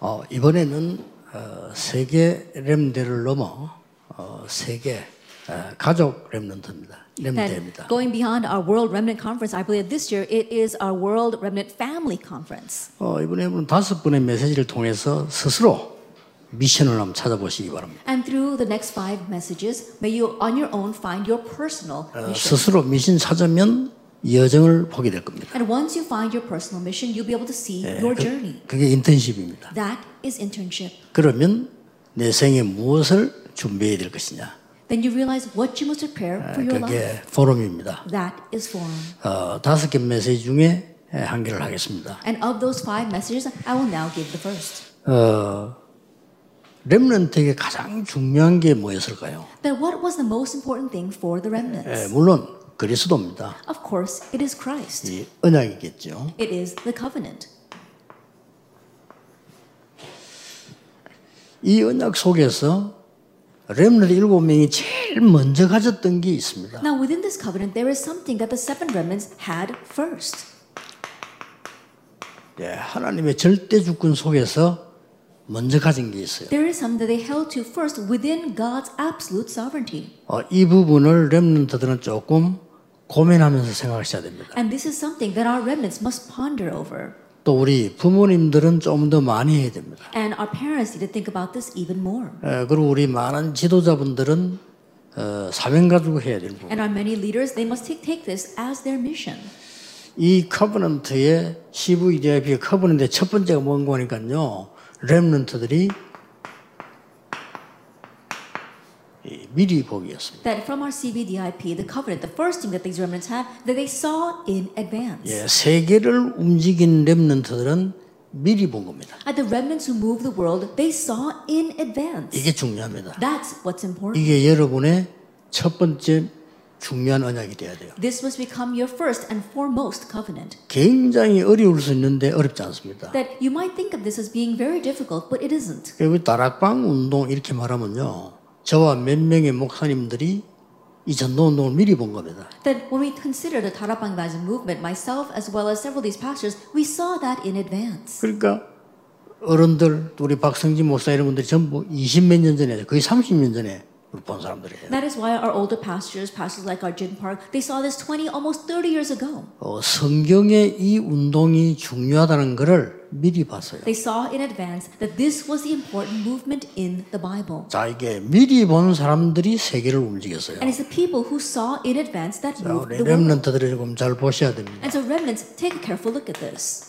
어, 이번에는 어, 세계 렘대를 넘어 어, 세계 어, 가족 렘런트입니다. And 렘대입니다. going beyond our World Remnant Conference, I believe this year it is our World Remnant Family Conference. 어, 이번에 여러분 다섯 분의 메시지를 통해서 스스로 미션을 한번 찾아보시기 바랍니다. And through the next five messages, may you on your own find your personal 어, mission. 스스로 미션 찾으면 여정을 보게 될 겁니다. And once you find your personal mission, you'll be able to see Uh. your journey. 그게 인턴십입니다. That is internship. 그러면 내 생에 무엇을 준비해야 될 것이냐. Then you realize what you must Uh, prepare for your life. 그게 포럼입니다. That is forum. 어, 다섯 개 메시지 중에 한 개를 하겠습니다. And of those five messages, I will now give the first. 렘런트에게 가장 중요한 게 뭐였을까요? Then what was the most important thing for the 예, remnants? 물론 그리스도입니다. Of course, it is Christ. 이 언약이겠죠. It is the covenant. 이 언약 속에서 렘넌트 일곱 명이 제일 먼저 가졌던 게 있습니다. Now, within this covenant, there is something that the seven remnants had first. 예, 하나님의 절대 주권 속에서 먼저 가진 게 있어요. There is something that they held to first within God's absolute sovereignty. 어, 이 부분을 렘넌트들은 조금 고민하면서 생각하셔야 됩니다. And this is something that our remnants must ponder over. 또 우리 부모님들은 좀 더 많이 해야 됩니다. And our parents need to think about this even more. 예, 그리고 우리 많은 지도자분들은 어, 사명 가지고 해야 될 부분. And our many leaders, they must take, take this as their mission. 이 커버넌트의 CVDIP의 커버넌트의 첫 번째가 뭔가 하니까요. 렘넌트들이 이 미리 보기였습니다. That from our CBDIP, the covenant, the first thing that these remnants had, that they saw in advance. 예, 세계를 움직인 렘넌트들은 미리 본 겁니다. At the remnants who moved the world, they saw in advance. 이게 중요합니다. That's what's important. 이게 여러분의 첫 번째 중요한 언약이 돼야 돼요. This must become your first and foremost covenant. 굉장히 어려울 수 있는데 어렵지 않습니다. That you might think of this as being very difficult, but it isn't. 그리고 다락방 운동 이렇게 말하면요. 저와 몇 명의 목사님들이 이 전도 운동을 미리 본 겁니다. That when we consider the Tarapang Bajan movement, myself as well as several of these pastors, we saw that in advance. 그러니까 어른들 또 우리 박성진 목사 이런 분들이 전부 20몇 년 전에 거의 30년 전에 본 사람들이에요. That is why our older pastors, pastors like our Jin Park, they saw this 20, almost 30 years ago. 어, 성경에 이 운동이 중요하다는 것을 미리 봤어요. They saw in advance that this was the important movement in the Bible. 자 이게 미리 본 사람들이 세계를 움직였어요. And it's the people who saw in advance that 자, moved 우리 the world. 렘런트들을 조금 잘 보셔야 됩니다. And so, remnants, take a careful look at this.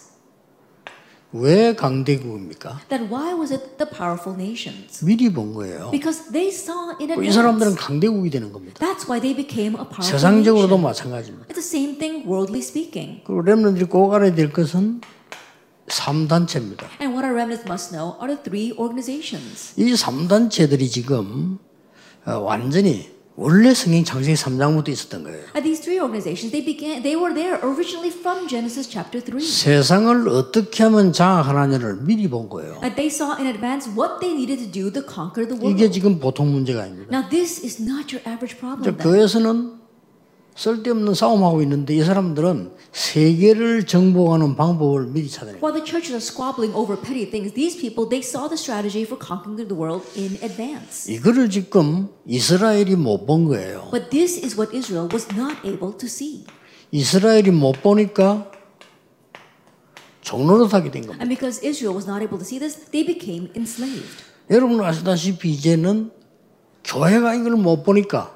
왜 강대국입니까? That why was it the powerful nations? 미리 본 거예요. Because they saw in 이 사람들은 advance. 강대국이 되는 겁니다. That's why they became a powerful 세상적으로도 nation. 마찬가지입니다. It's the same thing, worldly speaking. 그리고 렘런들이 꼭 알아야 될 것은 3단체입니다. And what our remnants must know are the three organizations. 이 3단체들이 지금 어, 완전히 원래 성경 창세기 3장부터 있었던 거예요. And these three organizations, they began, they were there originally from Genesis chapter 3. 세상을 어떻게 하면 장악하느냐를 미리 본 거예요. That they saw in advance what they needed to do to conquer the 이게 world. 지금 보통 문제가 아닙니다. Now, this is not your average 이제 problem. then. 교회에서는 쓸데없는 싸움하고 있는데 이 사람들은 세계를 정복하는 방법을 미리 찾아내요. While the churches are squabbling over petty things, these people, they saw the strategy for conquering the world in advance. 이거를 지금 이스라엘이 못 본 거예요. But this is what Israel was not able to see. 이스라엘이 못 보니까 종로로 타게 된 겁니다. And because Israel was not able to see this, they became enslaved. 여러분 아시다시피 이제는 교회가 이걸 못 보니까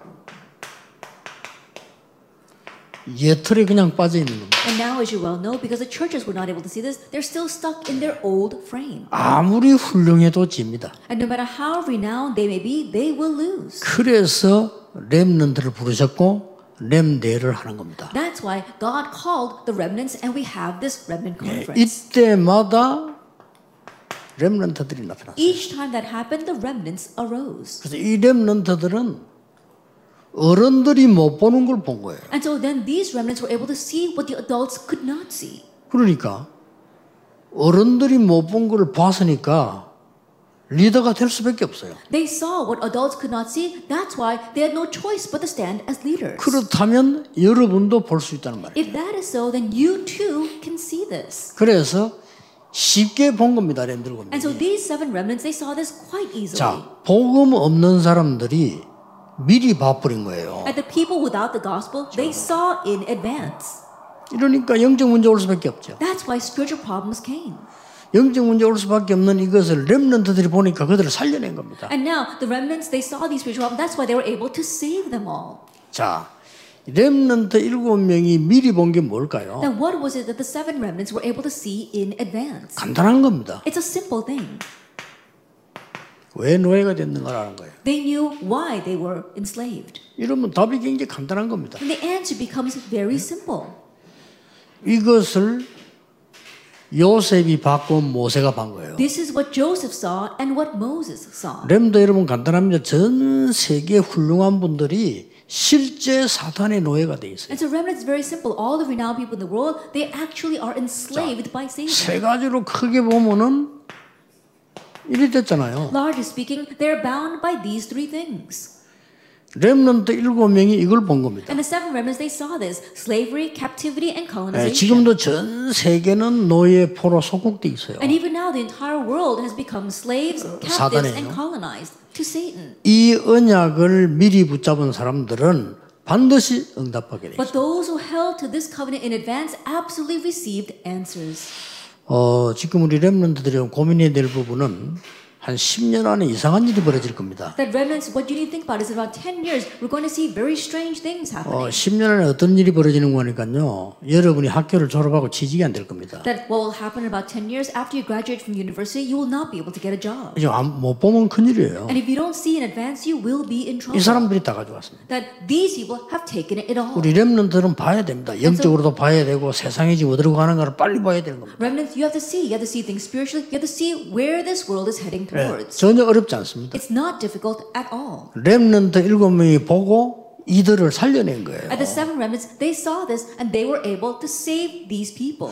예틀에 그냥 빠져 있는 겁니다. And now, as you well know, because the churches were not able to see this, they're still stuck in their old frame. 아무리 훌륭해도 집니다. And no matter how renowned they may be, they will lose. 그래서 렘넌트를 부르셨고 렘대를 하는 겁니다. That's why God called the remnants, and we have this remnant conference. 이때마다 렘넌트들이 나타났어요. Each time that happened, the remnants arose. 그래서 이 렘넌트들은 어른들이 못 보는 걸 본 거예요. And so then these remnants were able to see what the adults could not see. 그러니까 어른들이 못 본 걸 봤으니까 리더가 될 수밖에 없어요. They saw what adults could not see. That's why they had no choice but to stand as leaders. 그렇다면 여러분도 볼 수 있다는 말이에요. If that is so, then you too can see this. 그래서 쉽게 본 겁니다. 렘들곰이. And so these seven remnants, they saw this quite easily. 자, 복음 없는 사람들이 미리 봐버린 거예요. And the people without the gospel, they saw in advance. 이러니까 영적 문제 올 수밖에 없죠. That's why spiritual problems came. 영적 문제 올 수밖에 없는 이것을 렘런트들이 보니까 그들을 살려낸 겁니다. And now the remnants, they saw these spiritual problems. That's why they were able to save them all. 자, 렘런트 일곱 명이 미리 본 게 뭘까요? Now, what was it that the seven remnants were able to see in advance? 간단한 겁니다. It's a simple thing. 왜 노예가 됐는가라는 거예요. They knew why they were enslaved. 이러면 답이 굉장히 간단한 겁니다. And the answer becomes very simple. 이것을 요셉이 받고 모세가 반 거예요. This is what Joseph saw and what Moses saw. 렘더 여러분 간단합니다. 전 세계 훌륭한 분들이 실제 사탄의 노예가 돼 있어요. And so remnants is very simple. All the renowned people in the world, they actually are enslaved by Satan. 세 가지로 크게 보면은 이리 됐잖아요. Largely speaking, they're bound by these three things. 렘넌트 일곱 명이 이걸 본 겁니다. And the seven remnants, they saw this slavery, captivity, and 예, colonization. 지금도 전 세계는 노예 포로 속국돼 있어요. And even now, the entire world has become slaves, captives, and 사단이에요. colonized to Satan. 이 언약을 미리 붙잡은 사람들은 반드시 응답하게 돼요. But those who held to this covenant in advance absolutely received answers. 어, 지금 우리 렘넌트들이 고민해야 될 부분은 한 10년 안에 이상한 일이 벌어질 겁니다. That remnants, what you need to think about is in about 10 years, we're going to see very strange things happening. 어, 10년 안에 어떤 일이 벌어지는 거니까요. 여러분이 학교를 졸업하고 취직이 안 될 겁니다. That what will happen in about 10 years after you graduate from university, you will not be able to get a job. 이거 안- 못 보면 큰일이에요. And if you don't see in advance, you will be in 이 trouble. 사람들이 다 가져왔습니다. That these people have taken it all. 우리 렘넌트들은 봐야 됩니다. 영적으로도 봐야 되고 세상이 지금 어디로 가는가를 빨리 봐야 되는 겁니다. Remnants, you have to see. You have to see things spiritually. You have to see where this world is heading towards. 예, 전혀 어렵지 않습니다. It's not difficult at all. 렘넌트 일곱 명이 보고 이들을 살려낸 거예요. And the seven remnants, they saw this and they were able to save these people.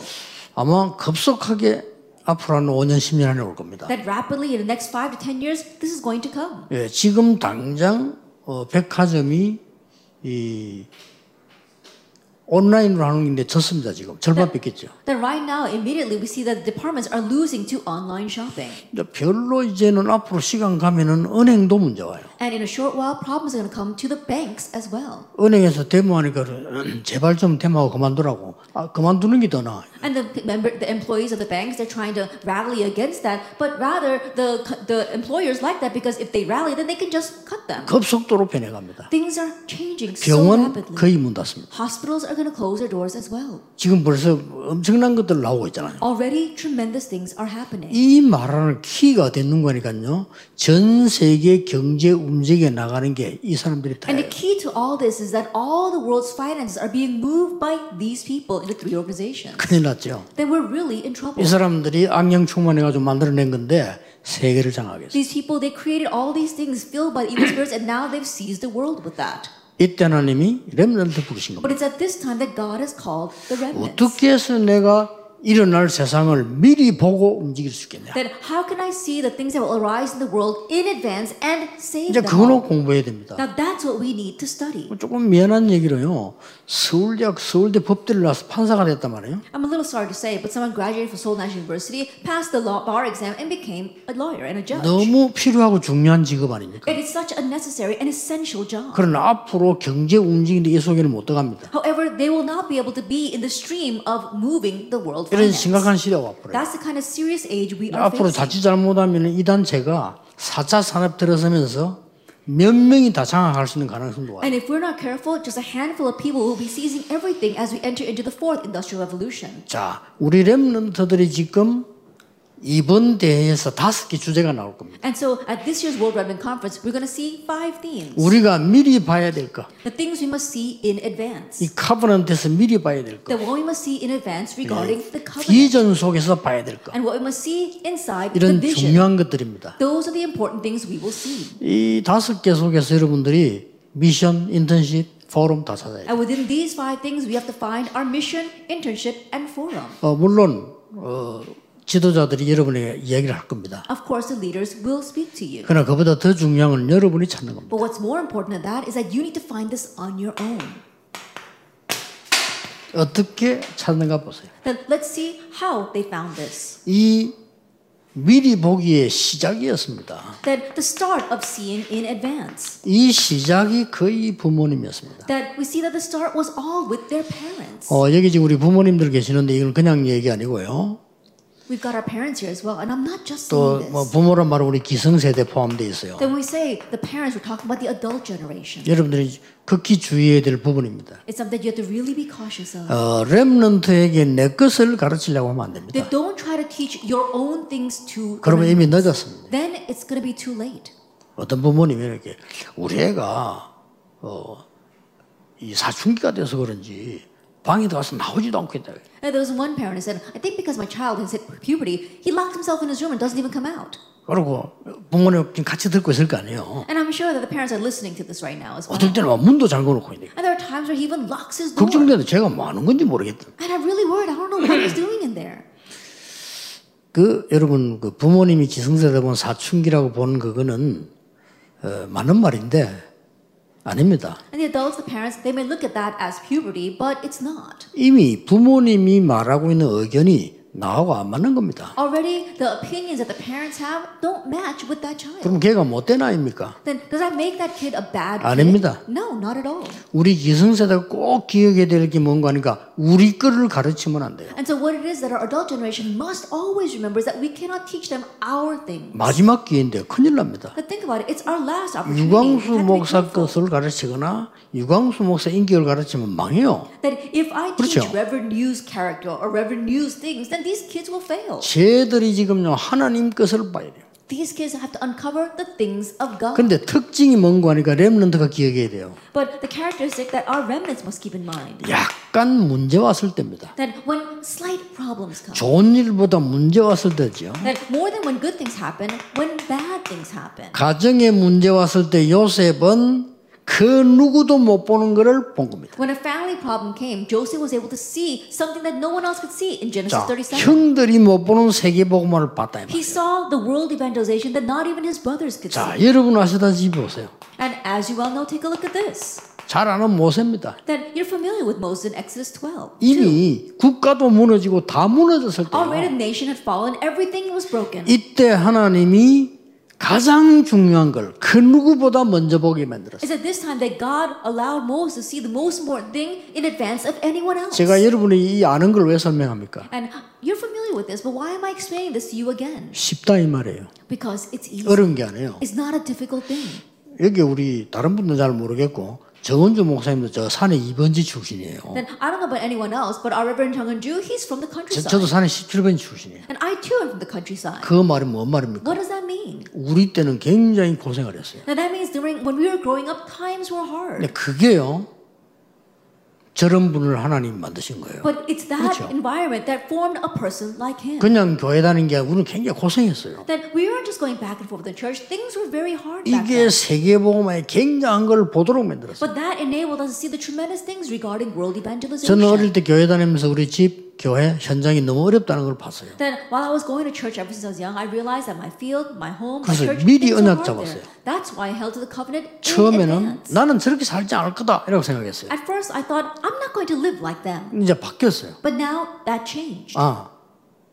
아마 급속하게 앞으로 한 5년, 10년 안에 올 겁니다. That rapidly in the next five to ten years, this is going to come. 예, 지금 당장 어, 백화점이 이 온라인으로 하는 건데 졌습니다. 지금 절반 뺏겼죠. That right now, immediately, we see that the departments are losing to online shopping. 이제 별로 이제는 앞으로 시간 가면은 은행도 문제 와요. And in a short while, problems are going to come to the banks as well. 은행에서 데모하니까 제발 좀 데모하고 그만두라고. 아, 그만두는 게 더 나아요. And the member, the employees of the banks, they're trying to rally against that. But rather, the co- the employers like that because if they rally, then they can just cut them. 급속도로 변해갑니다. Things are changing so 병원 rapidly. 거의 문 닫습니다. Hospitals are going to close their doors as well. 지금 벌써 엄청난 것들 나오고 있잖아요. Already, tremendous things are happening. 이 말하는 키가 되는 거니까요. 전 세계 경제 움직여 나가는 게 이 사람들이 And the 다예요. key to all this is that all the world's finances are being moved by these people into three organizations. 큰일 났죠. Then we're really in trouble. 이 사람들이 악령 충만해가지고 만들어낸 건데 세계를 장악했어요. These people, they created all these things filled by evil spirits, and now they've seized the world with that. 이때 하나님이 렘넌트 부르신 But 겁니다. it's at this time that God has called the remnants. 어떻게 해서 내가 일어날 세상을 미리 보고 움직일 수 있겠냐. Then how can I see the things that will arise in the world in advance and save 이제 them? 그거로 all? 공부해야 됩니다. Now that's what we need to study. 조금 미안한 얘기로요. 서울대학 서울대 법대를 나와서 판사가 됐단 말이에요. I'm a little sorry to say, but someone graduated from Seoul National University, passed the law bar exam, and became a lawyer and a judge. 너무 필요하고 중요한 직업 아닙니까? It is such a necessary and essential job. 그러나 앞으로 경제 움직이는데 이 속에는 못 들어갑니다. However, they will not be able to be in the stream of moving the world. 이런 Finance. 심각한 시대가 앞으로. That's the kind of serious age we are 앞으로 facing. 자칫 잘못하면 이 단체가 4차 산업 들어서면서 몇 명이 다 장악할 수 있는 가능성도 와요. And if we're not careful, just a handful of people will be seizing everything as we enter into the fourth industrial revolution. 자, 우리 랩런터들이 지금 이번 대회에서 다섯 개 주제가 나올 겁니다. And so at this year's World Redmond Conference, we're going to see five themes. 우리가 미리 봐야 될 것, The things we must see in advance. 이 카버넌트에서 미리 봐야 될 것, The what we must see in advance regarding the covenant. 비전 속에서 봐야 될 것, And what we must see inside the 이런 vision. 중요한 것들입니다. Those are the important things we will see. 이 다섯 개 속에서 여러분들이 미션, 인턴십, 포럼 다 찾아야 돼요. And within these five things, we have to find our mission, internship, and forum. 어, 물론 어, 지도자들이 여러분에게 이야기를 할 겁니다. Of course, the leaders will speak to you. 그러나 그보다 더 중요한 건 여러분이 찾는 겁니다. But what's more important than that is that you need to find this on your own. 어떻게 찾는가 보세요. Then let's see how they found this. 이 미리 보기의 시작이었습니다. That the start of seeing in advance. 이 시작이 거의 부모님이었습니다. That we see that the start was all with their parents. 어, 여기 지금 우리 부모님들 계시는데 이건 그냥 얘기 아니고요. We've got our parents here as well, and I'm not just 또 saying 뭐 this. 부모란 말은 우리 기성세대 포함되어 있어요. Then we say the parents, we're talking about the adult generation. 여러분들이 극히 주의해야 될 부분입니다. It's something you have to really be cautious of. 어, 렘넌트에게 내 것을 가르치려고 하면 안 됩니다. That don't try to teach your own things to 네. 그러면 them. 이미 늦었습니다. Then it's going to be too late. 어떤 부모님이 이렇게 우리 애가 어, 이 사춘기가 돼서 그런지 방에 들어가서 나오지도 않고 있다. And Uh, there was one parent who said, I think because my child has hit puberty, he locked himself in his room and doesn't even come out. 그러고 부모님 지금 같이 듣고 있을 거 아니에요. And I'm sure that the parents are listening to this right now as well. 어떨 때는 막 문도 잠궈 놓고 있는데 And there are times where he even locks his door. And 걱정돼도 제가 뭐 하는 건지 모르겠다. I'm really worried. I don't know what he's doing in there. 그 여러분 그 부모님이 지성세대 보면 사춘기라고 보는 그거는 어, 맞는 말인데 아닙니다. And the adults, the parents, they may look at that as puberty, but it's not. 이미 부모님이 말하고 있는 의견이 나하고 안 맞는 겁니다. Already, the opinions that the parents have don't match with that child. 그럼 걔가 못된 아입니까? 이 Then does that make that kid a bad 아닙니다. kid? No, not at all. 우리 기성세대가 꼭 기억해야 될 게 뭔가 하니까 우리 거를 가르치면 안 돼요. And so, what it is that our adult generation must always remember is that we cannot teach them our thing. 마지막 기회인데 큰일 납니다. But think about it, it's our last opportunity. We 유광수 have to be 목사 careful 것을 가르치거나 유광수 목사 인격을 가르치면 망해요. That if I teach 그렇죠. Reverend Yu's character or Reverend Yu's things, then these kids will fail. 쟤들이 지금요 하나님 것을 봐야 돼요. These kids have to uncover the things of God. 근데 특징이 뭔가 하니까 렘넌트가 기억해야 돼요. But the characteristic that our remnants must keep in mind 약간 문제 왔을 때입니다. that when slight problems come, 좋은 일보다 문제 왔을 때죠. that more than when good things happen, when bad things happen. 가정에 문제 왔을 때 요셉은 그 누구도 못 보는 것을 본 겁니다. When a family problem came, Joseph was able to see something that no one else could see in Genesis 자, 37. 형들이 못 보는 세계복음화를 봤다. 이 말이에요. He saw the world evangelization that not even his brothers could see. 자, 여러분 아시다시피 보세요. And as you well know, take a look at this. 잘 아는 모세입니다. That you're familiar with Moses in Exodus 12. too. 이미 국가도 무너지고 다 무너졌을 Already 때예요. the nation had fallen, everything was broken. 이때 하나님이 가장 중요한 걸 그 누구보다 먼저 보게 만들었어요. It's at this time that God allowed Moses to see the most important thing in advance of anyone else. 제가 여러분이 이 아는 걸 왜 설명합니까? And you're familiar with this, but why am I explaining this to you again? 쉽다 이 말이에요. Because it's easy. 어려운 게 아니에요. It's not a difficult thing. 여기 우리 다른 분들은 잘 모르겠고 정은주 목사님도 저 산에 이번지 출신이에요. Then I don't know about anyone else, but our Reverend Chung Ju, he's from the 저, 저도 countryside. 산에 17번지 출신이에요. And I too am from the countryside. 그 말이 뭔 말입니까? What does that mean? 우리 때는 굉장히 고생을 했어요. Now that means during when we were growing up, times were hard. 근데 그게요. 저런 분을 하나님 만드신 거예요. But it's that 그렇죠. environment that formed a person like him. 그냥 교회 다니는 게 우리는 굉장히 고생했어요. That we weren't just going back and forth in church. Things were very hard back 이게 then. 세계복음화의 굉장한 걸 보도록 만들었어요. But that enabled us to see the tremendous things regarding world evangelization. 저는 어릴 때 교회 다니면서 우리 집 교회 현장이 너무 어렵다는 걸 봤어요. Then while I was going to church ever since I was young, I realized that my field, my home, my 그래서 church, 미리 things were 언약 hard 잡았어요. there. That's why I held to the covenant in 처음에는 advance. 나는 저렇게 살지 않을 거다 이라고 생각했어요. At first, I thought I'm not going to live like them. 이제 바뀌었어요. But now that changed. 아,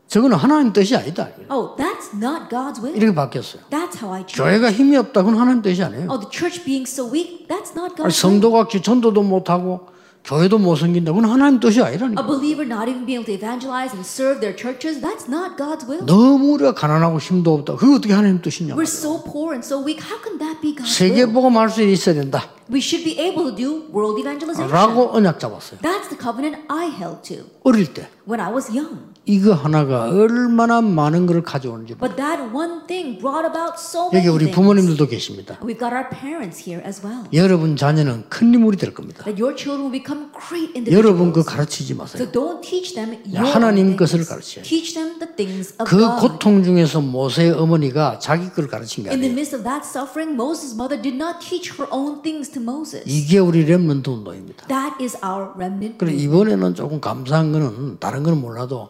저거는 하나님 뜻이 아니다. Oh, that's not God's will. 이렇게 바뀌었어요. That's how I changed. 교회가 힘이 없다. 그건 하나님 뜻이 아니에요. Oh, the church being so weak, that's not 아니, God's will. 성도가 기- 전도도 못하고 교회도 못 생긴다. 그건 하나님 뜻이 A 아니라니까. believer not even being able to evangelize and serve their churches, that's not God's will. 너무 우리가 가난하고 힘도 없다. 그게 어떻게 하나님 뜻이냐. We're so poor and so weak. How can that be God's will? 세계복음 할수 있어야 된다. We should be able to do world evangelization. 라고 언약 잡았어요. That's the covenant I held to 어릴 때. when I was young. 이거 하나가 얼마나 많은 걸 가져오는지. But that one thing brought about so many 여기 우리 things. 부모님들도 계십니다. We've got our parents here as well. 여러분 자녀는 큰 인물이 될 겁니다. That your children will become great 여러분 그 individuals. 가르치지 마세요. So don't teach them your 하나님 own 것을 things. 가르쳐야지. Teach them the things of 그 God. 고통 중에서 모세의 어머니가 자기 걸 가르친 게 In the 아니에요. midst of that suffering, Moses' mother did not teach her own things to Moses. 이게 우리 렘넌트 운동입니다. That is our remnant. 그리고 이번에는 조금 감사한 거는 다른 거는 몰라도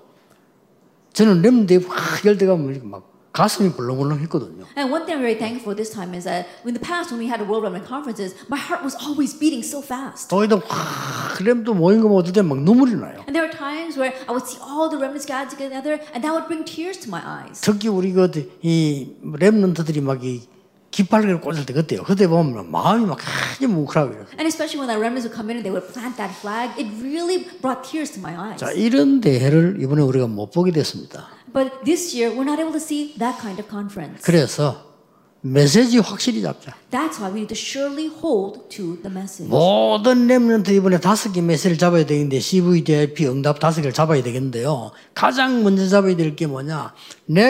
저는 렘넌트에 확 열대가 막 가슴이 벌렁벌렁했거든요. And one thing I'm very thankful this time is that in the past when we had the World Women Conferences, my heart was always beating so fast. 거기도 확 램도 모인 거 어떨 때막 눈물이 나요. And there were times where I would see all the remnants gathered together, and that would bring tears to my eyes. 특히 우리 그이 랩런트들이 막이 깃발을 꽂을 때 그때요. 그때 보면 마음이 막 크게 뭉클하고 이래요. And especially when the remnants would come in and they would plant that flag, it really brought tears to my eyes. 자 이런 대회를 이번에 우리가 못 보게 됐습니다. But this year, we're not able to see that kind of conference. 그래서 메시지 확실히 잡자. That's why we need to surely hold to the message. 모든 랩런트 이번에 다섯 개 메시지를 잡아야 되는데 CVDIP 응답 다섯 개를 잡아야 되겠는데요. 가장 먼저 잡아야 될 게 뭐냐?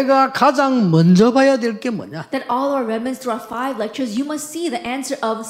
내가 가장 먼저 봐야 될 게 뭐냐? That all our remnants through our five lectures, you must see the answer of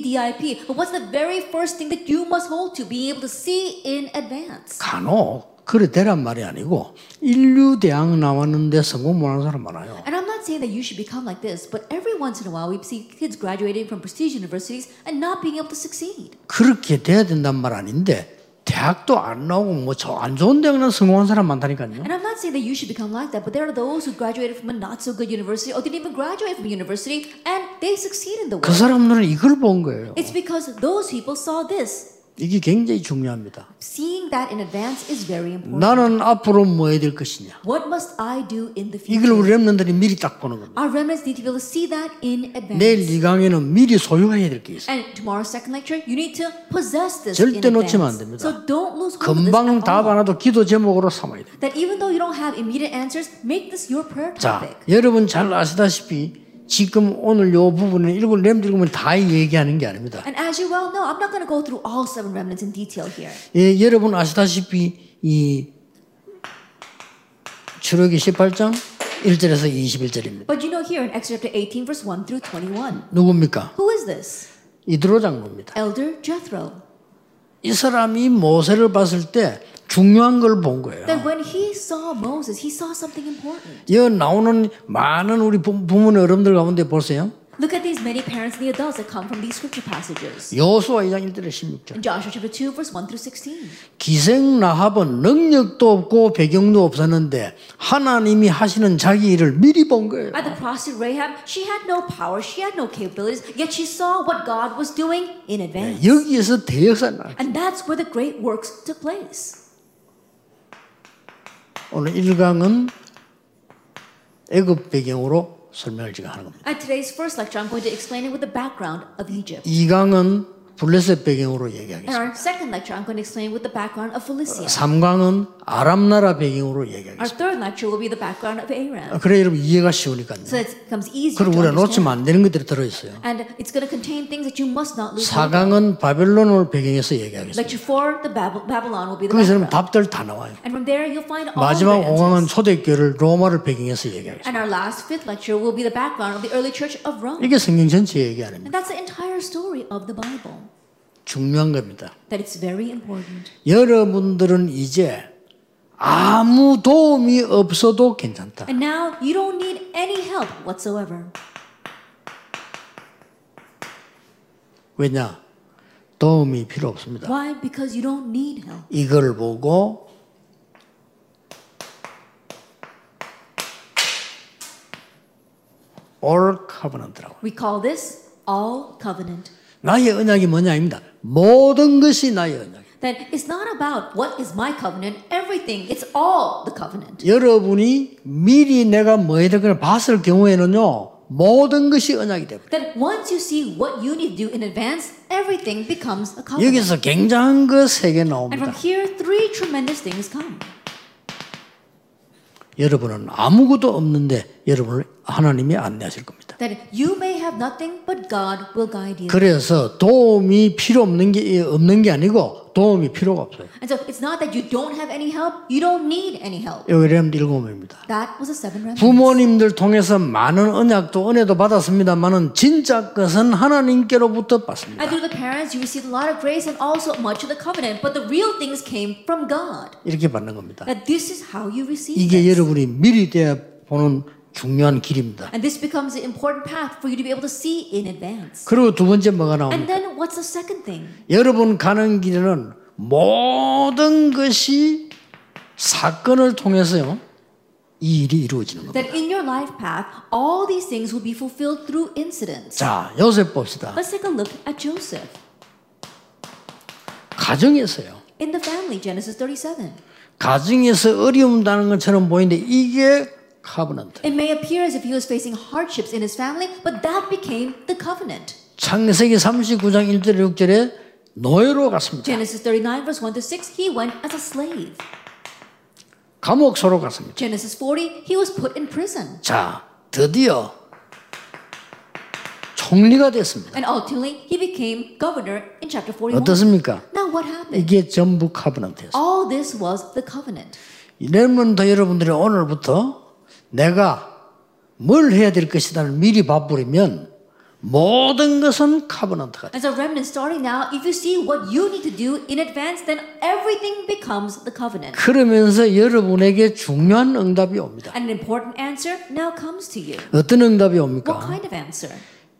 CVDIP. But what's the very first thing that you must hold to, be able to see in advance? 간혹 그래 되란 말이 아니고 인류 대학 나왔는데 성공 못하는 사람 많아요. And I'm not saying that you should become like this, but every once in a while we see kids graduating from prestige universities and not being able to succeed. 그렇게 돼야 된단 말 아닌데 대학도 안 나오고 뭐 안 좋은 대학은 성공한 사람 많다니까요. And I'm not saying that you should become like that, but there are those who graduated from a not so good university or didn't even graduate from university and they succeed in the 그 world. 사람들은 이걸 본 거예요. It's because those people saw this. 이게 굉장히 중요합니다. Seeing that in advance is very important. 나는 앞으로 뭐 해야 될 것이냐. What must I do in the 이걸 future? 우리 랩런들이 미리 딱 보는 겁니다. Our remnants need to be able to see that in 내일 advance. 이 강의는 미리 소유해야 될 게 있어요. And tomorrow's second lecture, you need to possess this in 절대 놓치면 안 됩니다. advance. So don't lose hope of this 금방 at 답 all. 안 와도 기도 제목으로 삼아야 돼요. that even though you don't have immediate answers, make this your prayer topic. 자, 여러분 잘 아시다시피 지금 오늘 요 부분은 일곱 렘들면 다 얘기하는 게 아닙니다. And as you well know, I'm not going to go through all seven remnants in detail here. 예, 여러분 아시다시피 이 출애기 18장 1절에서 21절입니다. But you know here in Exodus chapter 18, verse 1 through 21, 누굽니까? who is this? 이드로 장로입니다. Elder Jethro. 이 사람이 모세를 봤을 때 중요한 걸 본 거예요. That when he saw Moses, he saw something important. 여 나오는 많은 우리 부- 부모님 여러분들 가운데 보세요. Look at these many parents and the adults that come from these scripture passages. 여호수아 2장 1절에 16절. In Joshua chapter 2, verse 1 through 16. 기생 나합은 능력도 없고 배경도 없었는데 하나님이 하시는 자기 일을 미리 본 거예요. At the prostitute Rahab, she had no power, she had no capabilities, yet she saw what God was doing in advance. 여기에서 대역사 나. And that's where the great works took place. 오늘 1강은 애굽 배경으로 설명을 지금 하는 겁니다. At today's first lecture, I'm going to explain it with the background of Egypt. 2강은 블레셋 배경으로 And 얘기하겠습니다. our second lecture, I'm going to explain with the background of Philistia. Uh, 3강은 아람 나라 배경으로 Our 얘기하겠습니다. third lecture will be the background of Aram. 그래 여러분 이해가 쉬우니까요. So that it becomes easier to 그리고 우리가 understand. 놓치면 안 되는 것들이 들어 있어요. And it's going to contain things that you must not lose. sight of. 4강은 바벨론을 배경에서 얘기하겠습니다. Lecture 4, the Bab- Babylon will be the 거기서는 background. 답들 다 나와요. And from there, you'll find all the 마지막 answers. 5강은 초대교를 로마를 배경에서 얘기하겠습니다. And our last fifth lecture will be the background of the early church of Rome. 이게 성경 전체 얘기 아닙니다. And that's the entire story of the Bible. 중요한 겁니다. That it's very important. 여러분들은 이제 아무 도움이 없어도 괜찮다. And now you don't need any help whatsoever. 왜냐? 도움이 필요 없습니다. Why? Because you don't need help. 이걸 보고 올 커버넌트라고. We call this all covenant. 나의 언약이 뭐냐입니다. 모든 것이 나의 언약. That it's not about what is my covenant, everything, it's all the covenant. 여러분이 미리 내가 뭐에 대해 봤을 경우에는요. 모든 것이 언약이 됩니다. That once you see what you need to do in advance, everything becomes a covenant. 여기서 굉장한 거 세 개 And from 나옵니다. here, three tremendous things come. 여러분은 아무것도 없는데 여러분을 하나님이 안내하실 겁니다. That you may have nothing, but God will guide you. 그래서 도움이 필요 없는 게 없는 게 아니고 도움이 필요가 없어요. And so it's not that you don't have any help, you don't need any help. 여기 렘 일곱입니다. That was a seven remnants. 부모님들 통해서 많은 언약도 은혜도 받았습니다만은 진짜 것은 하나님께로부터 받습니다. And through the parents, you received a lot of grace and also much of the covenant, but the real things came from God. 이렇게 받는 겁니다. That this is how you receive 이게 them. 여러분이 미리 대 보는 중요한 길입니다. And this becomes an important path for you to be able to see in advance. 그리고 두 번째 뭐가 나옵니까? And then what's the second thing? 여러분 가는 길에는 모든 것이 사건을 통해서요. 이 일이 이루어지는 겁니다. That in your life path, all these things will be fulfilled through incidents. 자, 요셉 봅시다. Let's take a look at Joseph 가정에서요. in the family, Genesis 37. 가정에서 어려움 당하는 것처럼 보이는데 이게 카버넌트. It may appear as if he was facing hardships in his family, but that became the covenant. 창세기 39장 1절 6절에 노예로 갔습니다. Genesis 39, verse 1 to 6, he went as a slave. 감옥소로 갔습니다. Genesis 40, he was put in prison. 자, 드디어 총리가 됐습니다. And ultimately, he became governor in chapter 41. 어떻습니까? Now, what happened? 이게 전부 카버넌트였어요. All this was the covenant. 레몬도 여러분들이 오늘부터 내가 뭘 해야 될 것이다를 미리 봐버리면 모든 것은 카버넌트가 돼. As a remnant starting now, if you see what you need to do in advance, then everything becomes the covenant. 그러면서 여러분에게 중요한 응답이 옵니다. And an important answer now comes to you. 어떤 응답이 What 옵니까? kind of answer?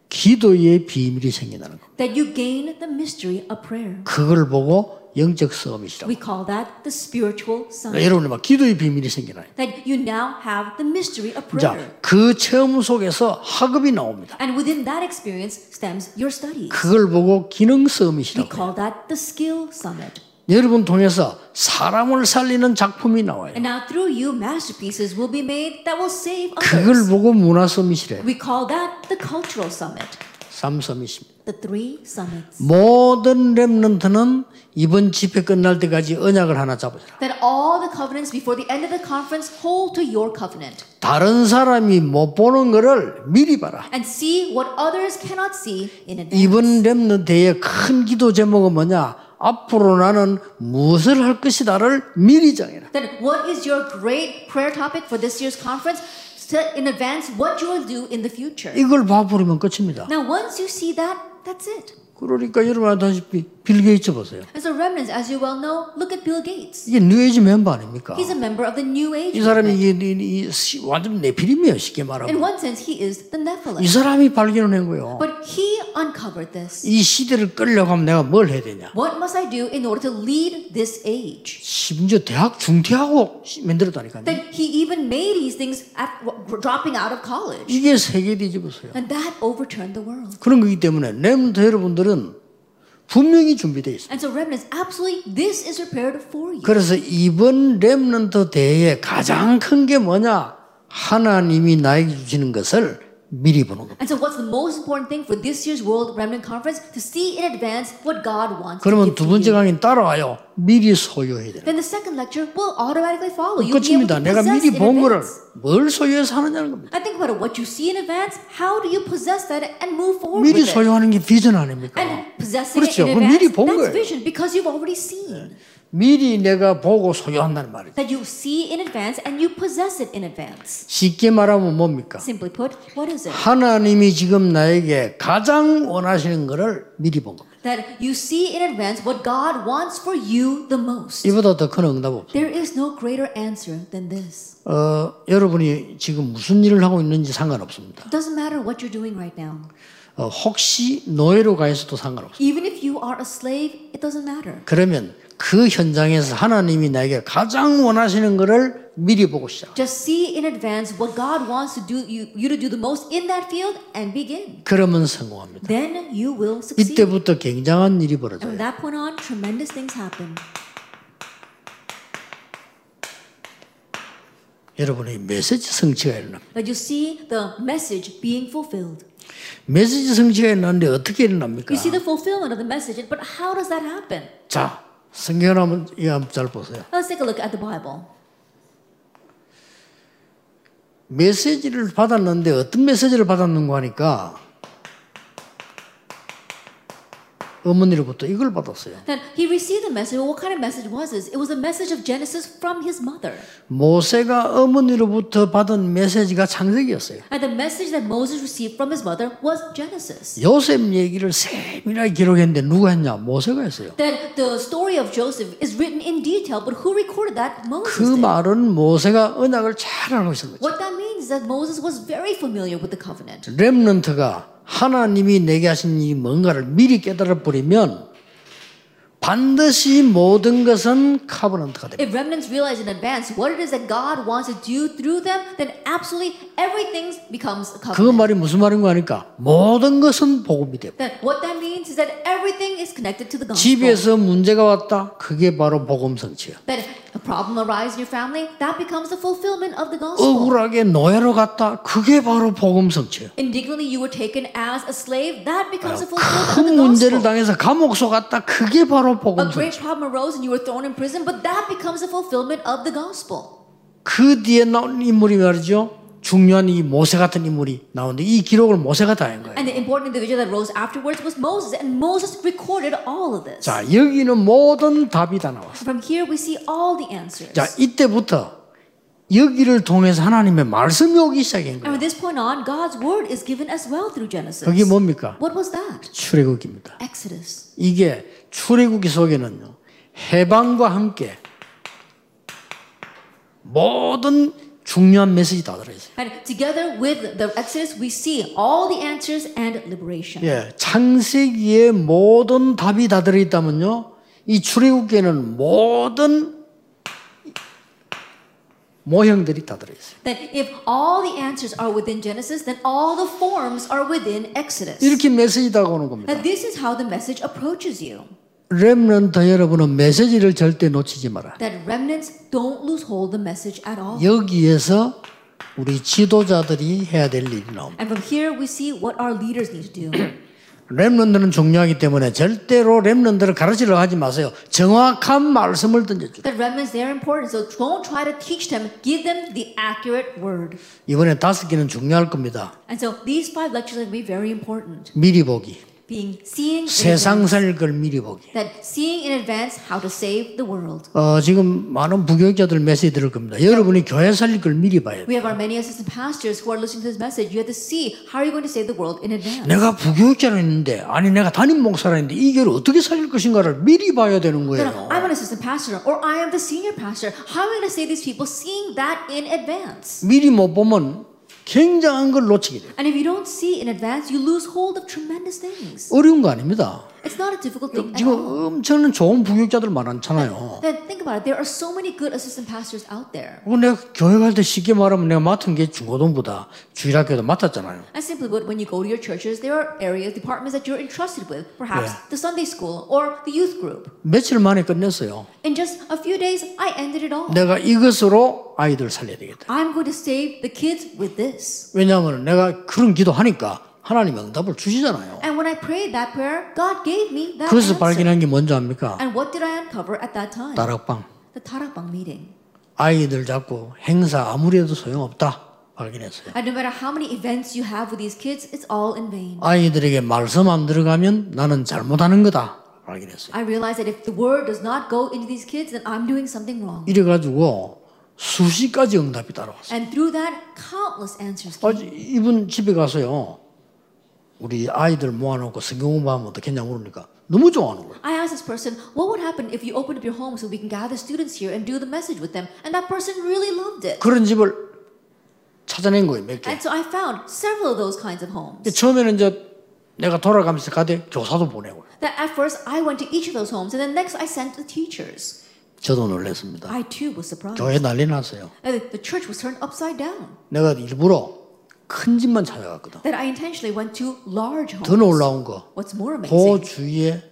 기도의 비밀이 생긴다는 거. That you gain the mystery of prayer. 그걸 보고 영적 싸움이시라고. We call that the spiritual sign. 여러분이 막 기도의 비밀이 생기나요? That you now have the mystery of prayer. 자, 그 체험 속에서 학업이 나옵니다. And within that experience stems your studies. 그걸 보고 기능 We 싸움이시라고. call that the skill summit. 여러분 통해서 사람을 살리는 작품이 나와요. And now through you, masterpieces will be made that will save 그걸 others. 보고 문화 싸움이시래요. We call that the cultural summit. 삼섬이십니다. The three summits. 모든 렘넌트는 이번 집회 끝날 때까지 언약을 하나 잡으라. That all the covenants before the end of the conference hold to your covenant. 다른 사람이 못 보는 거를 미리 봐라. And see what others cannot see in advance. 이번 렘넌트의 큰 기도 제목은 뭐냐? 앞으로 나는 무엇을 할 것이다를 미리 정해라. Then what is your great prayer topic for this year's conference? Set in advance what you will do in the future. 이걸 봐버리면 끝입니다. Now once you see that, that's it. 그러니까 여러분 아다시피 빌 게이츠 보세요. As a remnant, as you well know, look at Bill Gates. 이게 뉴에이지 멤버 아닙니까? He's a member of the New Age. 이 사람이 movement. 이게 이, 이, 이 완전 내피림이에요 쉽게 In 말하면. one sense, he is 이 the Nephilim. 사람이 발견을 한 거예요. But he uncovered this. 이 시대를 끌려고 하면 내가 뭘 해야 되냐? What must I do in order to lead this age? 심지어 대학 중퇴하고 만들었다니까요. Then he even made these things after dropping out of college. 이게 세계 뒤집었어요. And that overturned the world. 그런 거기 때문에 렘트 여러분들은 분명히 준비되어 있어요. And so, remnants, absolutely, this is prepared for you. 그래서 이번 렘넌트 대회의 가장 큰 게 뭐냐? 하나님이 나에게 주시는 것을 미리 보는 겁니다. And so, what's the most important thing for this year's World Remnant Conference? To see in advance what God wants. To 그러면 give 두 to 번째 you. 강의 따라와요. 미리 소유해야 돼요. Then the second lecture will automatically follow. You'll be able 끝입니다. to 내가 possess 미리 in 본 거를 advance. 뭘 소유해서 하느냐는 겁니다. I think about it. What you see in advance, how do you possess that and move forward 미리 with it? 소유하는 게 비전 어, 아닙니까? And possessing 그렇죠. it 그건 in 미리 advance, 본 that's 거예요. vision because you've already seen. 미리 내가 보고 소유한다는 말이죠. That you see in advance and you possess it in advance. 쉽게 말하면 뭡니까? Simply put, what is it? 하나님이 지금 나에게 가장 원하시는 것을 미리 본 겁니다. That you see in advance what God wants for you the most. 이보다 더 큰 응답 없어요. There is no greater answer than this. 어, 여러분이 지금 무슨 일을 하고 있는지 상관없습니다. It doesn't matter what you're doing right now. 어, 혹시 노예로 가 있어도 상관없어요. Even if you are a slave, it doesn't matter. 그러면 그 현장에서 하나님이 나에게 가장 원하시는 것을 미리 보고 시작. Just see in advance what God wants to do you, you to do the most in that field and begin. 그러면 성공합니다. Then you will succeed. 이때부터 굉장한 일이 And from 벌어져요. that point on, tremendous things happen. 여러분의 메시지 성취가 일어납니다. That you see the message being fulfilled. 메시지 성취가 일어났는데 어떻게 일어납니까? You see the fulfillment of the message, but how does that happen? 자, 성경 한번 이 한번 잘 보세요. Let's take a look at the Bible. 메시지를 받았는데 어떤 메시지를 받았는가 하니까 어머니로부터 이걸 받았어요. That he received a message. Well, what kind of message was this? It was a message of Genesis from his mother. 모세가 어머니로부터 받은 메시지가 창세기였어요. And the message that Moses received from his mother was Genesis. 요셉 얘기를 세밀하게 기록했는데 누가 했냐? 모세가 했어요. That the story of Joseph is written in detail, but who recorded that? Moses. 그 Did. 말은 모세가 언약을 잘 알고 있었죠. What that means is that Moses was very familiar with the covenant. 렘넌트가 하나님이 내게 하신 일이 뭔가를 미리 깨달아 버리면 반드시 모든 것은 카버넌트가 됩니다. If remnants realize in advance what it is that God wants to do through them, then absolutely everything becomes a 그 covenant. 말이 무슨 말인 거 아니까? 모든 것은 복음이 되고 Then what that means is that everything is connected to the gospel. 집에서 문제가 왔다. 그게 바로 복음 성취야. That if a problem arises in your family, that becomes the fulfillment of the gospel. 억울하게 노예로 갔다. 그게 바로 복음 성취야. Indignantly, you were taken as a slave. That becomes the 큰 fulfillment of the 문제를 gospel. 당해서 감옥소 갔다. 그게 바로 복음 A 성취. great problem arose and you were thrown in prison, but that becomes the fulfillment of the gospel. 그 뒤에 나온 인물이 말이죠. 중요한 이 모세 같은 인물이 나오는데 이 기록을 모세가 다 한 거예요. And the important individual that rose afterwards was Moses, and Moses recorded all of this. 자 여기는 모든 답이 다 나와. From here, we see all the answers. 자 이때부터 여기를 통해서 하나님의 말씀이 오기 시작한 And 거예요. from this point on, God's word is given as well through Genesis. 그게 뭡니까? What was that? 출애굽입니다. Exodus. 이게 출애굽기 속에는요 해방과 함께 모든 중요한 메시지 다 들어있어요. And together with the Exodus, we see all the answers and liberation. 예, 창세기에 모든 답이 다 들어있다면요 이 출애굽기에는 모든 모형들이 다 들어있어요. That if all the answers are within Genesis, then all the forms are within Exodus. 이렇게 메시지다고 하는 겁니다. That this is how the message approaches you. 렘런트 여러분은 메시지를 절대 놓치지 마라. That remnants don't lose hold the message at all. 여기에서 우리 지도자들이 해야 될 일이 나옵니다. And from here, we see what our leaders need to do. 렘런들은 중요하기 때문에 절대로 렘런들을 가르치려 하지 마세요. 정확한 말씀을 던져주세요. that remnants, they're important, so don't try to teach them. Give them the accurate word. 이번에 다섯 개는 중요할 겁니다. And so these five lectures are going to be very important. 미리 보기, being seeing in 세상 advance, 살 걸 미리 보기. that seeing in advance how to save the world. 어, 지금 많은 부교육자들 메시지 들을 겁니다. 여러분이 교회 살릴 걸 미리 봐야 돼요. We have our many assistant pastors who are listening to this message. You have to see how are you going to save the world in advance. 내가 부교육자로 있는데 아니 내가 담임 목사라 했는데 이 교회를 어떻게 살릴 것인가를 미리 봐야 되는 Then 거예요. I'm an assistant pastor, or I am the senior pastor. How am I going to save these people? Seeing that in advance. 미리 못 보면 굉장한 걸 놓치게 돼요. And if you don't see in advance, you lose hold of tremendous things. 어려운 거 아닙니다. It's not a difficult thing at 지금 all. 엄청난 좋은 부교육자들 많잖아요. Then think about it. There are so many good assistant pastors out there. 어, 내가 교회 갈 때 쉽게 말하면 내가 맡은 게 중고등부다 주일학교도 맡았잖아요. I simply would, when you go to your churches, there are areas, departments that you're entrusted with. Perhaps Yeah. the Sunday school or the youth group. 며칠 만에 끝냈어요. In just a few days, I ended it all. 내가 이것으로 아이들 살려야 되겠다. I'm going to save the kids with this. 왜냐하면 내가 그런 기도하니까 하나님 응답을 주시잖아요. And when I prayed that prayer, God gave me that 그래서 answer. 발견한 게 뭔지 압니까? And what did I uncover at that time? 다락방. The Tarakbang meeting. 아이들 잡고 행사 아무리 해도 소용없다 발견했어요. And no matter how many events you have with these kids, it's all in vain. 아이들에게 말씀 안 들어가면 나는 잘못하는 거다 발견했어요. I realized that if the word does not go into these kids, then I'm doing something wrong. 이래가지고 수십 가지 응답이 따라왔어요. And through that, countless answers came. 아, 이분 집에 가서요. 우리 아이들 모아놓고 성경 공부하면 어떻겠냐 물으니까 너무 좋아하는 거예요. I asked this person, what would happen if you opened up your home so we can gather students here and do the message with them? And that person really loved it. 그런 집을 찾아낸 거예요, 몇 개. And so I found several of those kinds of homes. 처음에는 이제 내가 돌아가면서 가되 교사도 보내고요. That at first I went to each of those homes, and then next I sent the teachers. 저도 놀랐습니다. I too was surprised. 교회 난리 났어요. Uh, The church was turned upside down. 내가 일부러 큰 집만 찾아갔거든. That I intentionally went to large homes. 더 놀라운 거, What's more amazing? 그 주위에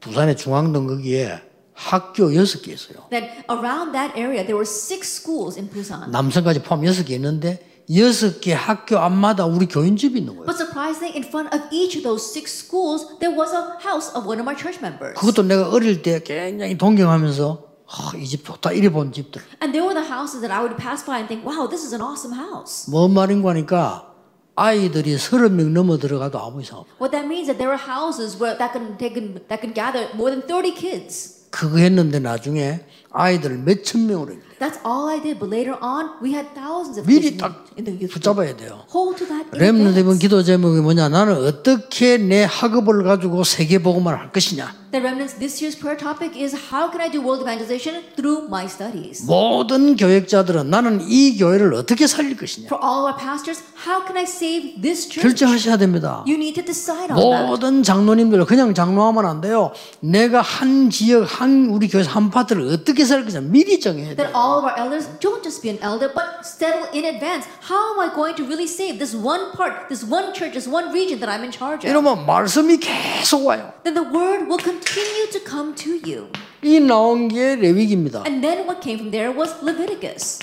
부산의 중앙동 거기에 학교 여섯 개 있어요. That around that area there were six schools in Busan. 남성까지 포함 여섯 개 있는데 여섯 개 학교 앞마다 우리 교인 집이 있는 거예요. But surprisingly, in front of each of those six schools, there was a house of one of my church members. 그것도 내가 어릴 때 굉장히 동경하면서 아, 이 집 좋다 이래 본 집들 And they were the houses that I would pass by and think, wow, this is an awesome house. 뭔 말인고 하니까 아이들이 서른 명 넘어 들어가도 아무 이상 없어 What that means that there were houses where that can, take, that can gather more than 30 kids. 그거 했는데 나중에 아이들 몇 천 명으로 했는데 That's all I did. But later on, we had thousands of 미리 kids in- 딱 in the youth group. 붙잡아야 돼요. Hold to that. in 렘넌트 이번 advance. 기도 제목이 뭐냐? 나는 어떻게 내 학업을 가지고 세계 복음을 할 것이냐? The remnants. This year's prayer topic is how can I do world evangelization through my studies. 모든 교역자들은 나는 이 교회를 어떻게 살릴 것이냐? For all our pastors, how can I save this church? 결정하셔야 됩니다. You need to decide on that. 모든 장로님들 그냥 장로하면 안 돼요. 내가 한 지역 한 우리 교회 한 파트를 어떻게 살 것이냐 미리 정해야 돼. That all of our elders don't just be an elder, but settle in advance. How am I going to really save this one part, this one church, this one region that I'm in charge of? 이러면 말씀이 계속 와요. Then the word will continue to come to you. 이 나온 게 레위기입니다. And then what came from there was Leviticus.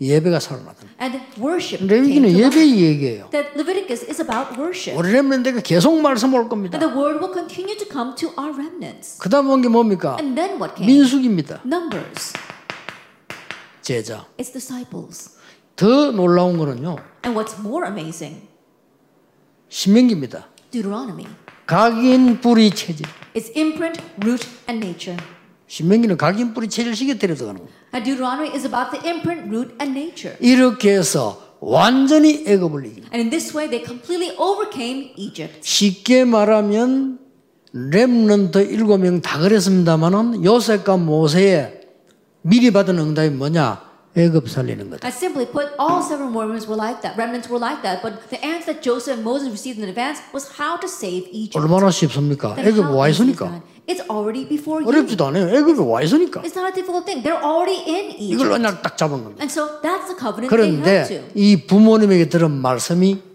예배가 살아나다. And worship. Came 레위기는 to 예배 얘기예요. That Leviticus is about worship. 우리 렘넌트가 계속 말씀 올 겁니다. And the word will continue to come to our remnants. 그다음 온 게 뭡니까? And then what came? 민숙입니다. Numbers. 제자. It's disciples. 더 놀라운 거는요. And what's more amazing, 신명기입니다. Deuteronomy. 각인 뿌리 체질. It's imprint, root, and nature. 신명기는 각인 뿌리 체질 시계 때려들어가는 거예요. And Deuteronomy is about the imprint, root, and nature. 이렇게 해서 완전히 애굽을 이깁니다. And in this way, they completely overcame Egypt. 쉽게 말하면 렘넌트 일곱 명 다 그랬습니다만은 요셉과 모세의 미리 받은 응답이 뭐냐? 애굽 살리는 거다. And simply put, all seven Mormons were like that. Remnants were like that. But the answer that Joseph and Moses received in advance was how to save Egypt. 얼마나 쉽습니까? Then 애굽 how 와 easy is 있으니까 that? It's already before you. 어렵지도 않아요. 애굽이 와 있으니까 It's not a difficult thing. They're already in Egypt. 이걸 언약 딱 잡은 겁니다. And so that's the 네, covenant they held to. 그런데 이 부모님에게 들은 말씀이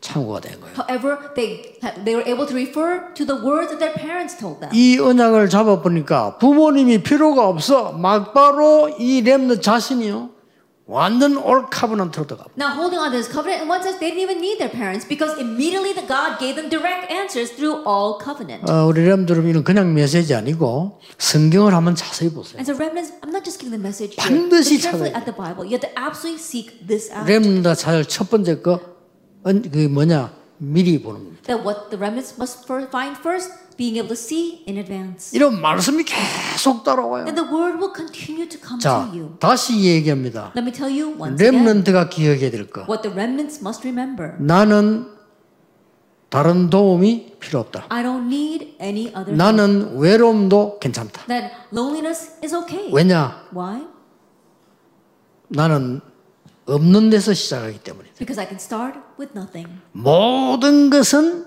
참고가 된 거예요. However, they they were able to refer to the words that their parents told them. 이 언약을 잡아보니까 부모님이 필요가 없어 막바로 이 렘너 자신이요 완전 올 카브넌트로 들어가. Now, holding on to this covenant, in one sense, they didn't even need their parents because immediately the God gave them direct answers through all covenant. 어, 우리 렘들은 이런 그냥 메시지 아니고 성경을 한번 자세히 보세요. And so, remnants, I'm not just giving the message here. 반드시 Look carefully 찾아야 at the Bible. You have to absolutely seek this out. 렘다 자절 첫 번째 거그 뭐냐 미리 보는 겁니다. That what the remnants must fir- find first, being able to see in advance. 이런 말씀이 계속 따라와요. And the word will continue to come 자 to you. 다시 얘기합니다. Let me tell you once again 렘넌트가 기억해야 될 거. what the remnants must remember. 나는 다른 도움이 필요 없다. I don't need any other. 나는 외로움도 괜찮다. That loneliness is okay. 왜냐? Why? 나는 없는 데서 시작하기 때문에. Because I can start with nothing. 모든 것은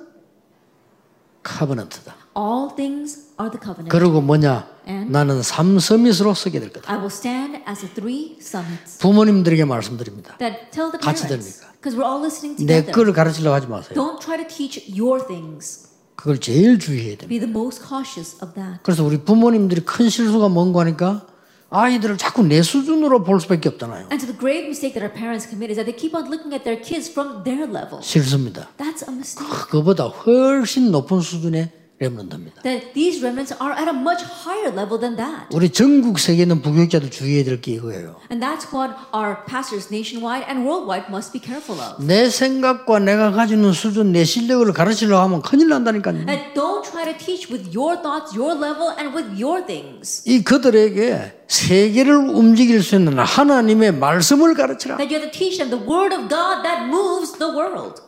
카버넌트다. All things are the covenant. 그리고 뭐냐? And? 나는 삼서밋으로 쓰게 될 거다. I will stand as the three summits. 부모님들에게 말씀드립니다. That tell the 같이 parents. 들으니까. Because we're all listening 내 together. 거를 가르치려고 하지 마세요. Don't try to teach your things. 그걸 제일 주의해야 됩니다. Be the most cautious of that. 그래서 우리 부모님들이 큰 실수가 뭔가 하니까 아이들을 자꾸 내 수준으로 볼 수밖에 없잖아요. And so the grave mistake that our parents commit is that they keep on looking at their kids from their level. 실수입니다. That's a mistake. 그거보다 훨씬 높은 수준의 렘넌트입니다. That these remnants are at a much higher level than that. 우리 전국 세계에 있는 부교육자들 주의해야 될 게 이거예요. And that's what our pastors nationwide and worldwide must be careful of. 내 생각과 내가 가지는 수준, 내 실력을 가르치려고 하면 큰일 난다니까요. And don't try to teach with your thoughts, your level, and with your things. 이 그들에게 세계를 움직일 수 있는 하나님의 말씀을 가르치라. That you have to teach them the word of God that moves the world.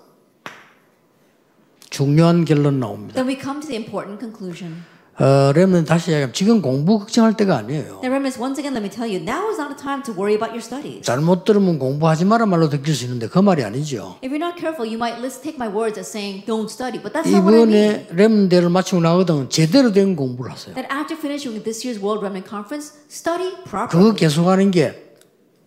중요한 결론 나옵니다. Then we come to the important conclusion. 어, 렘넌 다시 얘기하면 지금 공부 걱정할 때가 아니에요. Now, remnants, once again, let me tell you, now is not a time to worry about your studies. 잘못 들으면 공부하지 마라 말로 느낄 수 있는데 그 말이 아니죠. If you're not careful, you might list take my words as saying don't study, but that's not what I mean. 이번에 렘대를 마치고 나거든 제대로 된 공부를 하세요. That after finishing this year's World Remnant Conference, study properly. 그거 계속하는 게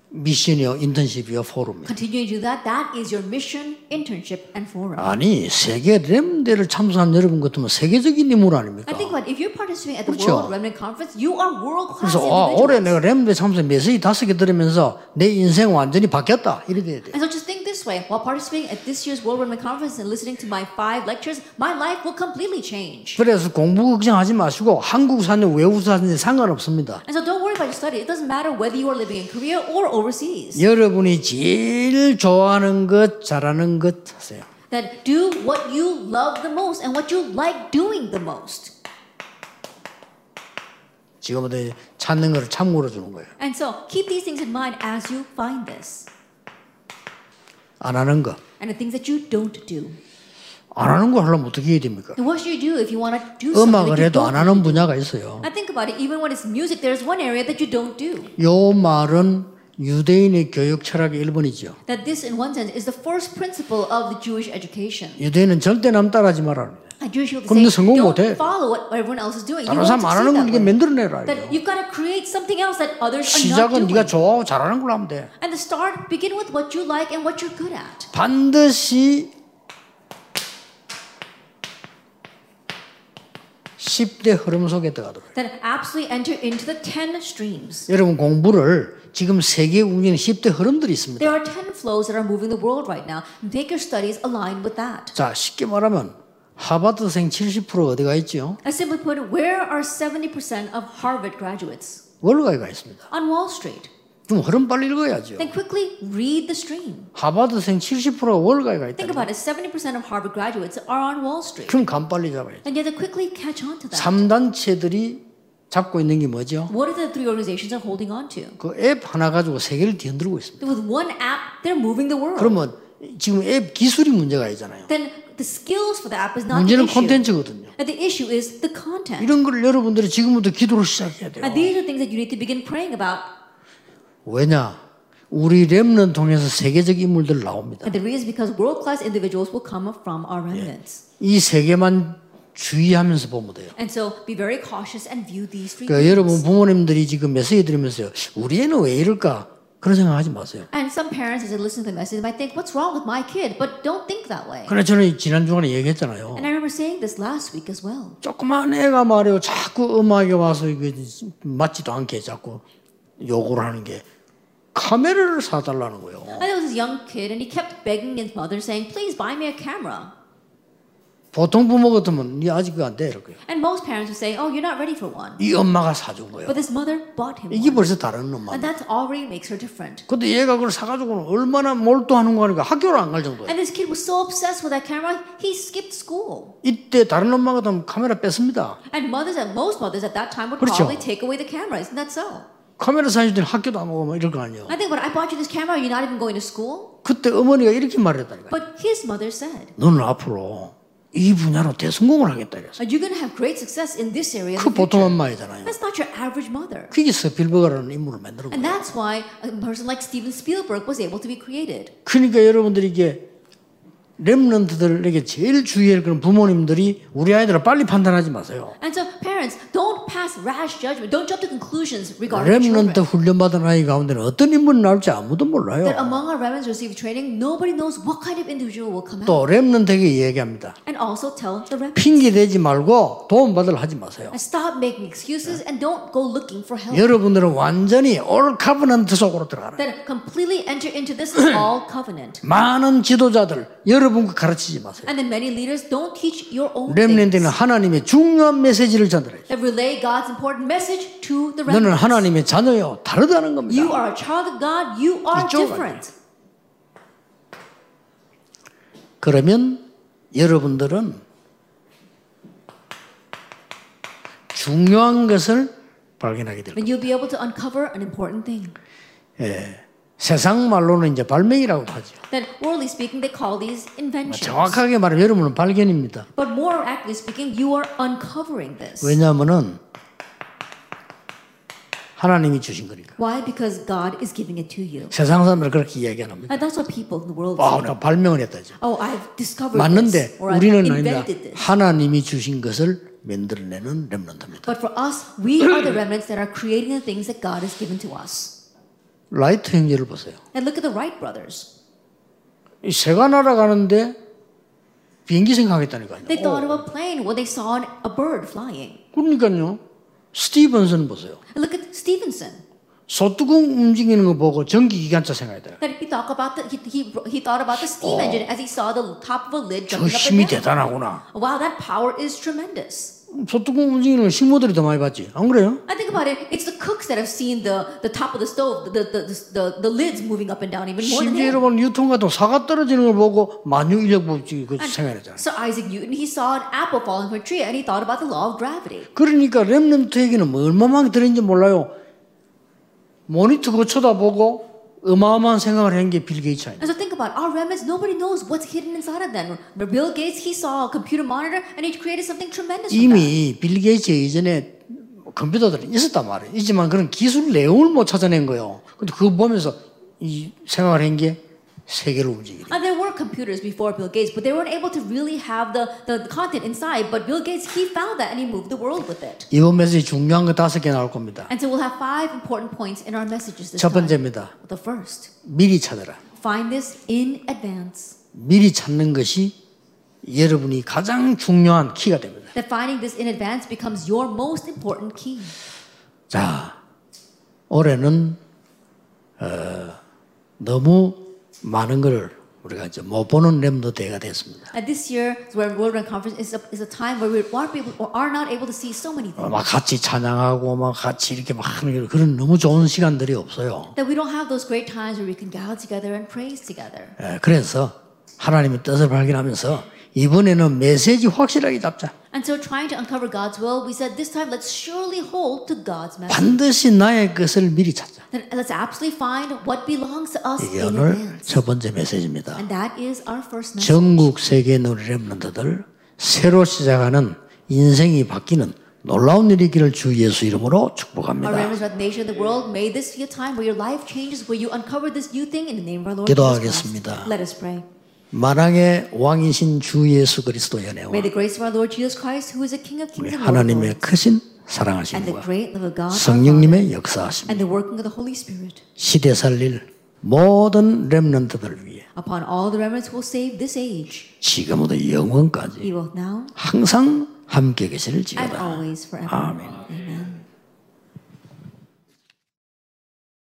미션이요, 인턴십이요, 포럼이요. Continue to do that. That is your mission, internship, and forum. 아니 세계 렘대를 참석한 여러분 같으면 세계적인 인물 아닙니까? I think what if you're participating at the 그렇죠. World Remnant Conference, you are world class 그래서 아, individuals. 올해 내가 렘대 참석 메시지 다섯 개 들으면서 내 인생 완전히 바뀌었다 이래 돼야 돼. And so just think this way while participating at this year's World Women Conference and listening to my five lectures, my life will completely change. 그래서 공부 걱정하지 마시고 한국 사는 외국 사는 상관없습니다. And so don't worry about your study. It doesn't matter whether you are living in Korea or overseas. 여러분이 제일 좋아하는 것, 잘하는 것 하세요. That do what you love the most and what you like doing the most. 지금부터 이제 찾는 것을 참고로 주는 거예요. And so keep these things in mind as you find this 안 하는 거. and the things that you don't do. 안 하는 거 하려면 어떻게 해야 됩니까? And what should you do if you want to do something 음악을 that you 해도 안 don't 하는 분야가 있어요. I think about it, even when it's music, there's one area that you don't do. 요 말은 유대인의 교육 철학의 일본이죠. That this, in one sense, is the first principle of the Jewish education. 유대인은 절대 남 따라하지 말아라. And Jewish people 그럼 너 say, 성공 don't 못해." follow what everyone else is doing. You 다른 won't 사람 안 하는 걸 네가 succeed that way. 만들어내라. That you've got to create something else that others are not 시작은 doing. 네가 좋아하고 잘하는 걸로 하면 돼. And the start, begin with what you like and what you're good at. 반드시 10대 흐름 속에 들어가도록. Then absolutely enter into the 10 streams. 여러분 공부를 지금 세계 움직이는 10대 흐름들이 있습니다. There are 10 flows that are moving the world right now. Make your studies align with that. 자 쉽게 말하면 하버드생 70% 어디가 있죠? I simply put, where are 70% of Harvard graduates? 월가에 가 있습니다. On Wall Street. 그럼 흐름 빨리 읽어야죠. Then quickly read the stream. 하버드생 70%가 월가에 가 Think 있다. about it 70% of Harvard graduates are on Wall Street. 그럼 감 빨리 잡아야죠. And you have to quickly catch on 네. to that. 3단체들이 잡고 있는 게 뭐죠? What are the three organizations are holding on to? 그 앱 하나 가지고 세계를 뒤흔들고 있습니다. With one app, they're moving the world. 그러면 지금 앱 기술이 문제가 있잖아요. Then the skills for the app is not the 문제는 issue. 콘텐츠거든요. And the issue is the content. 이런 걸 여러분들이 지금부터 기도를 시작해야 돼요. And these are things that you need to begin praying about 왜냐? 우리 렘넌 통해서 세계적 인물들 나옵니다. And the reason is because world-class individuals will come from our remnants. 이 세 개만 주의하면서 보면 돼요. And so be very cautious and view these three 그러니까 여러분 things. 부모님들이 지금 메시지 들으면서요. 우리 애는 왜 이럴까? 그런 생각하지 마세요. And some parents, as they listen to the message, might think, what's wrong with my kid? But don't think that way. 그래 저는 지난 주간에 얘기했잖아요. And I remember saying this last week as well. 조그만 애가 말이요 자꾸 음악에 와서 이게 맞지도 않게 자꾸 요구를 하는 게 카메라를 사달라는 거예요. And there was this young kid, and he kept begging his mother, saying, please buy me a camera. 보통 부모 같으면 네 아직 안 돼 이럴 거예요. And most parents would say, oh, you're not ready for one. 이 엄마가 사준 거예요. But this mother bought him 이게 one. 벌써 다른 엄마. And that already makes her different. 근데 얘가 그걸 사가지고는 얼마나 몰두하는 거 하니까 학교를 안 갈 정도예요. And this kid was so obsessed with that camera, he skipped school. 이때 다른 엄마 같으면 카메라 뺐습니다. And mothers, and most mothers at that time would 그렇죠. probably take away the camera. Isn't that so? 카메라 사주더니 학교도 안 오고 막 이럴 거 아니에요. I think, but I bought you this camera. You're not even going to school. 그때 어머니가 이렇게 말했다니까. But his mother said, 너는 앞으로 이 분야로 대성공을 하겠다 이랬어. "You're going to have great success in this area." in 그 the 보통 future." 엄마이잖아요. That's not your average mother, 그게 스필버그라는 인물을 만들어. and that's why a person like Steven Spielberg was able to be created. 그러니까 여러분들이 이게 렘런트들에게 제일 주의할 그런 부모님들이 우리 아이들을 빨리 판단하지 마세요. And so, parents, don't pass rash judgment. Don't jump to conclusions regarding children. 아, 렘런트 훈련받은 아이 가운데는 어떤 인물이 나올지 아무도 That 몰라요. among our remnants who receive training, nobody knows what kind of individual will come out. 또 렘런트에게 얘기합니다. And also tell the remnants. 핑계 대지 말고 도움받으려 하지 마세요. And stop making excuses and don't go looking for help. 여러분들은 완전히 올 카브넌트 속으로 들어가라. Then completely enter into this all covenant. 많은 지도자들 여러분과 가르치지 마세요. And then many leaders don't teach your own things. 렘런트는 하나님의 중요한 메시지를 전달해요. that relay God's important message to the 너는 remnant. 하나님의 자녀요 다르다는 겁니다. You are a child of God. You are 이쪽으로 different. 그러면 여러분들은 중요한 것을 발견하게 될 거예요. When you'll be able to uncover an important thing. 네. 세상 말로는 이제 발명이라고 하죠. Then, worldly speaking, they call these inventions. 아, 정확하게 말하면 여러분은 발견입니다. But more accurately speaking, you are uncovering this. 왜냐하면은 하나님이 주신 거니까. Why? Because God is giving it to you. 세상 사람들 그렇게 이야기 안 합니다. And that's what people in the world 와, say. 나 발명을 했다죠. Oh, I've discovered 맞는데 this. Or I've 우리는 아니다. invented this. 하나님이 주신 것을 만들어내는 렘런트입니다. But for us, we are the remnants that are creating the things that God has given to us. 라이트 형제를 보세요. And look at the Wright brothers. 이 새가 날아가는데 비행기 생각했다니까요. They thought of a plane when they saw an, a bird flying. 어, 그러니까요. 스티븐슨 보세요. And look at Stevenson. 소뚜껑 움직이는 거 보고 전기기관차 생각했다. That he talked about the he, he, he thought about the steam engine as he saw the top of a lid 저 힘이 jumping up and down. Oh. 대단하구나. Wow, that power is tremendous. 소뚜껑 움직이는 걸 식모들이 더 많이 봤지. 안 그래요? I think about it, it's the cooks that have seen the, the top of the stove, the, the, the, the, the lids moving up and down even more than him. 심지어 보면 뉴턴 같은 사과 떨어지는 걸 보고 만유인력 법칙 그 생각했잖아. So Isaac Newton, he saw an apple falling from a tree and he thought about the law of gravity. 그러니까 렘넌트에게는 뭐 얼마만큼 들었는지 몰라요. 모니터 그거 쳐다보고 어마어마한 생각을 한 게 빌 게이츠 아니에요. And so think about our remnants, nobody knows what's hidden inside of them. But Bill Gates, he saw a computer monitor and he created something tremendous from that. 이미 빌 게이츠 이전에 컴퓨터들은 있었단 말이에요. 있지만 그런 기술 내용을 못 찾아낸 거예요. 근데 그거 보면서 이 생각을 한 게 세계를 움직이는 거예요. And there were computers before Bill Gates, but they weren't able to really have the, the content inside. But Bill Gates, he found that and he moved the world with it. 이번 메시지 중요한 거 다섯 개 나올 겁니다. And so we'll have five important points in our messages this 첫 time. 번째입니다. The first, 미리 찾아라. find this in advance. 미리 찾는 것이 여러분이 가장 중요한 키가 됩니다. That finding this in advance becomes your most important key. 자, 올해는 어, 너무 많은 것을 우리가 이제 못 보는 렘더 대회가 됐습니다. And this year, where World Run Conference is a, is a time where we aren't able, or are not able to see so many 어, things. 막 같이 찬양하고 막 같이 이렇게 막 하는 그런 너무 좋은 시간들이 없어요. That we don't have those great times where we can gather together and praise together. 예, 그래서 하나님의 뜻을 발견하면서 이번에는 메시지 확실하게 잡자. And so, trying to uncover God's will, we said this time, let's surely hold to God's message. 반드시 나의 것을 미리 찾자. Then let's absolutely find what belongs to us 이게 in 오늘 advance. 첫 번째 메시지입니다. And that is our first message. 전국 세계 우리 렘런트들 새로 시작하는 인생이 바뀌는 놀라운 일이기를 주 예수 이름으로 Our 축복합니다. remnants about the nation of the world, may this be a time where your life changes, where you uncover this new thing in the name of our Lord Jesus 기도하겠습니다. Christ. Let us pray. 만왕의 왕이신 주 예수 그리스도 연애와 May the grace of our Lord Jesus Christ, who is the King of 우리 kings and Lord of lords, 하나님의 크신 and the 사랑하심과 great love of God, our Father, 성령님의 역사하심 and the working of the Holy Spirit, 시대 살릴 모든 렘런트들 위해 upon all the remnants who will save this age, 지금부터 영원까지 He will now 항상 함께 계시를 and 지어다. always forever. 아멘. Amen.